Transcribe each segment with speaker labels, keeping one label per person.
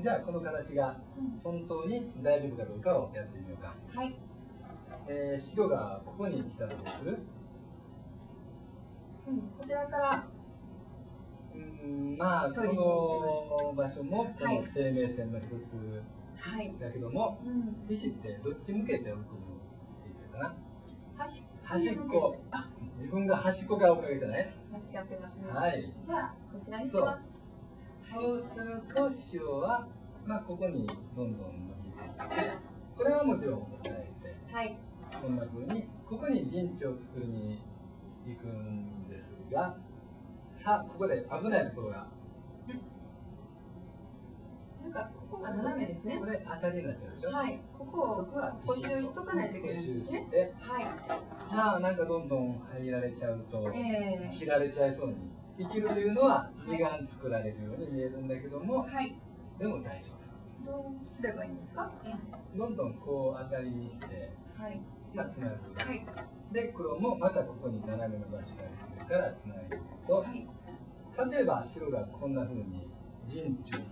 Speaker 1: じゃあこの形が本当に大丈夫かどうかをやってみようか、
Speaker 2: はい。
Speaker 1: えー白がここに来たらどうする
Speaker 2: うん、こちらから。
Speaker 1: うーんまあこ
Speaker 2: 取りに
Speaker 1: の場所もこ
Speaker 2: はい
Speaker 1: の生命線の一つ
Speaker 2: はい。
Speaker 1: だけども、
Speaker 2: うん。
Speaker 1: 石ってどっち向けて置くのって言ってたかな
Speaker 2: 端。
Speaker 1: 端っこ
Speaker 2: あ、
Speaker 1: 自分が端っこから追っかけてね
Speaker 2: 間違ってますね。
Speaker 1: はい
Speaker 2: じゃあ、こちらにします。
Speaker 1: そうすると塩は、まあ、ここにどんどん伸びていってこれはもちろん押さえて
Speaker 2: はい。
Speaker 1: こんな風にここに陣地を作りに行くんですがさあここで危ないところが
Speaker 2: なんか、ここが斜めですね
Speaker 1: こ。れ当たりになっちゃうでしょ、
Speaker 2: はい。ここ
Speaker 1: そ
Speaker 2: を
Speaker 1: こは
Speaker 2: 補修しとかないといけないんですね
Speaker 1: 補修して
Speaker 2: はい。
Speaker 1: まあなんかどんどん入られちゃうと
Speaker 2: え
Speaker 1: 切られちゃいそうに生きるというのは二眼作られるように見えるんだけど
Speaker 2: ー、
Speaker 1: も
Speaker 2: はい。
Speaker 1: でも大丈
Speaker 2: どうすればいいんですか。
Speaker 1: 夫どんどんこう当たりにして
Speaker 2: はい。
Speaker 1: まあつなぐ
Speaker 2: はい。
Speaker 1: で黒もまたここに斜めの場所があるからつないでいくと
Speaker 2: はい。
Speaker 1: 例えば白がこんな風に陣地を作っ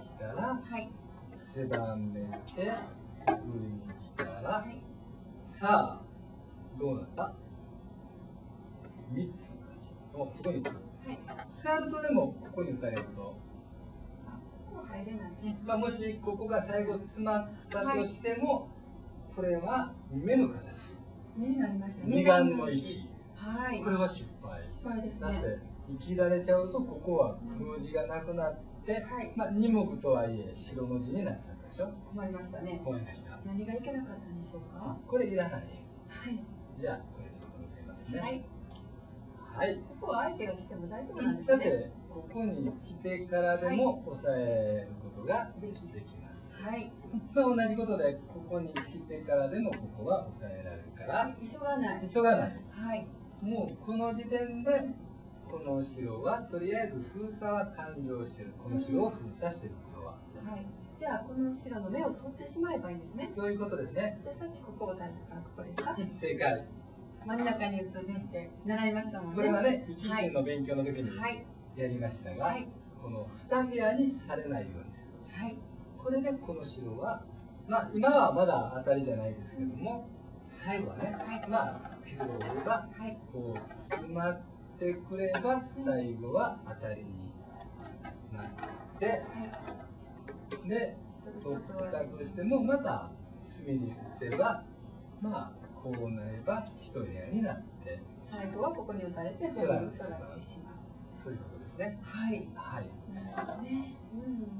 Speaker 1: てきたら
Speaker 2: はい。
Speaker 1: 狭めて作りに来た
Speaker 2: は
Speaker 1: ら
Speaker 2: い。
Speaker 1: さあどうなった3つの形おそこに来る
Speaker 2: はい。
Speaker 1: サードとでもここに打たれると、
Speaker 2: ここ入れない。
Speaker 1: まあ、もしここが最後詰まったとしても、これは目の形
Speaker 2: 目になりましたね。
Speaker 1: 二眼の息
Speaker 2: はい
Speaker 1: こ。れは失敗
Speaker 2: 失敗です
Speaker 1: だって
Speaker 2: ね。
Speaker 1: 生きられちゃうとここは黒字がなくなって、
Speaker 2: はい。
Speaker 1: まあ、二目とはいえ白の字になっちゃったでしょ
Speaker 2: 困りましたね。
Speaker 1: 思いました
Speaker 2: 何がいけなかったんでしょうか。
Speaker 1: これいらない
Speaker 2: はい。
Speaker 1: じゃあこれちょっと抜けますね
Speaker 2: はい。
Speaker 1: はい、
Speaker 2: ここは相手が来ても大丈夫なんで
Speaker 1: だ
Speaker 2: す
Speaker 1: っ
Speaker 2: ね。
Speaker 1: てここに来てからでも抑えることができます、
Speaker 2: はい。
Speaker 1: まあ、同じことでここに来てからでもここは抑えられるから
Speaker 2: 急がない。
Speaker 1: 急がない
Speaker 2: はい。
Speaker 1: もうこの時点でこの白はとりあえず封鎖は完了してるこの白を封鎖してることは
Speaker 2: はい。じゃあ、この白の目を取ってしまえばいいんですね。
Speaker 1: そういうことですね
Speaker 2: じゃあ、さっきここを垂れたから、ここですか。
Speaker 1: 正解
Speaker 2: 真ん中に移るって習いましたもんね。
Speaker 1: これは。ね生き心の勉強の時に
Speaker 2: はい。
Speaker 1: やりましたが、
Speaker 2: はい。
Speaker 1: この2部屋にされないようにする
Speaker 2: はい。
Speaker 1: これでこの白はまあ今はまだ当たりじゃないですけども最後はね
Speaker 2: はい
Speaker 1: まあ黒が
Speaker 2: はい。
Speaker 1: こう詰まってくれば最後は当たりになって
Speaker 2: はい。
Speaker 1: で
Speaker 2: ちょ
Speaker 1: 取
Speaker 2: っ
Speaker 1: っ
Speaker 2: と
Speaker 1: たとしてもまた隅に打てばまあこうなれば一部屋になって
Speaker 2: 最後はここに打たれて、全部取られてしまう。
Speaker 1: そういうことですね
Speaker 2: はい。
Speaker 1: はい
Speaker 2: なるほどね。うん。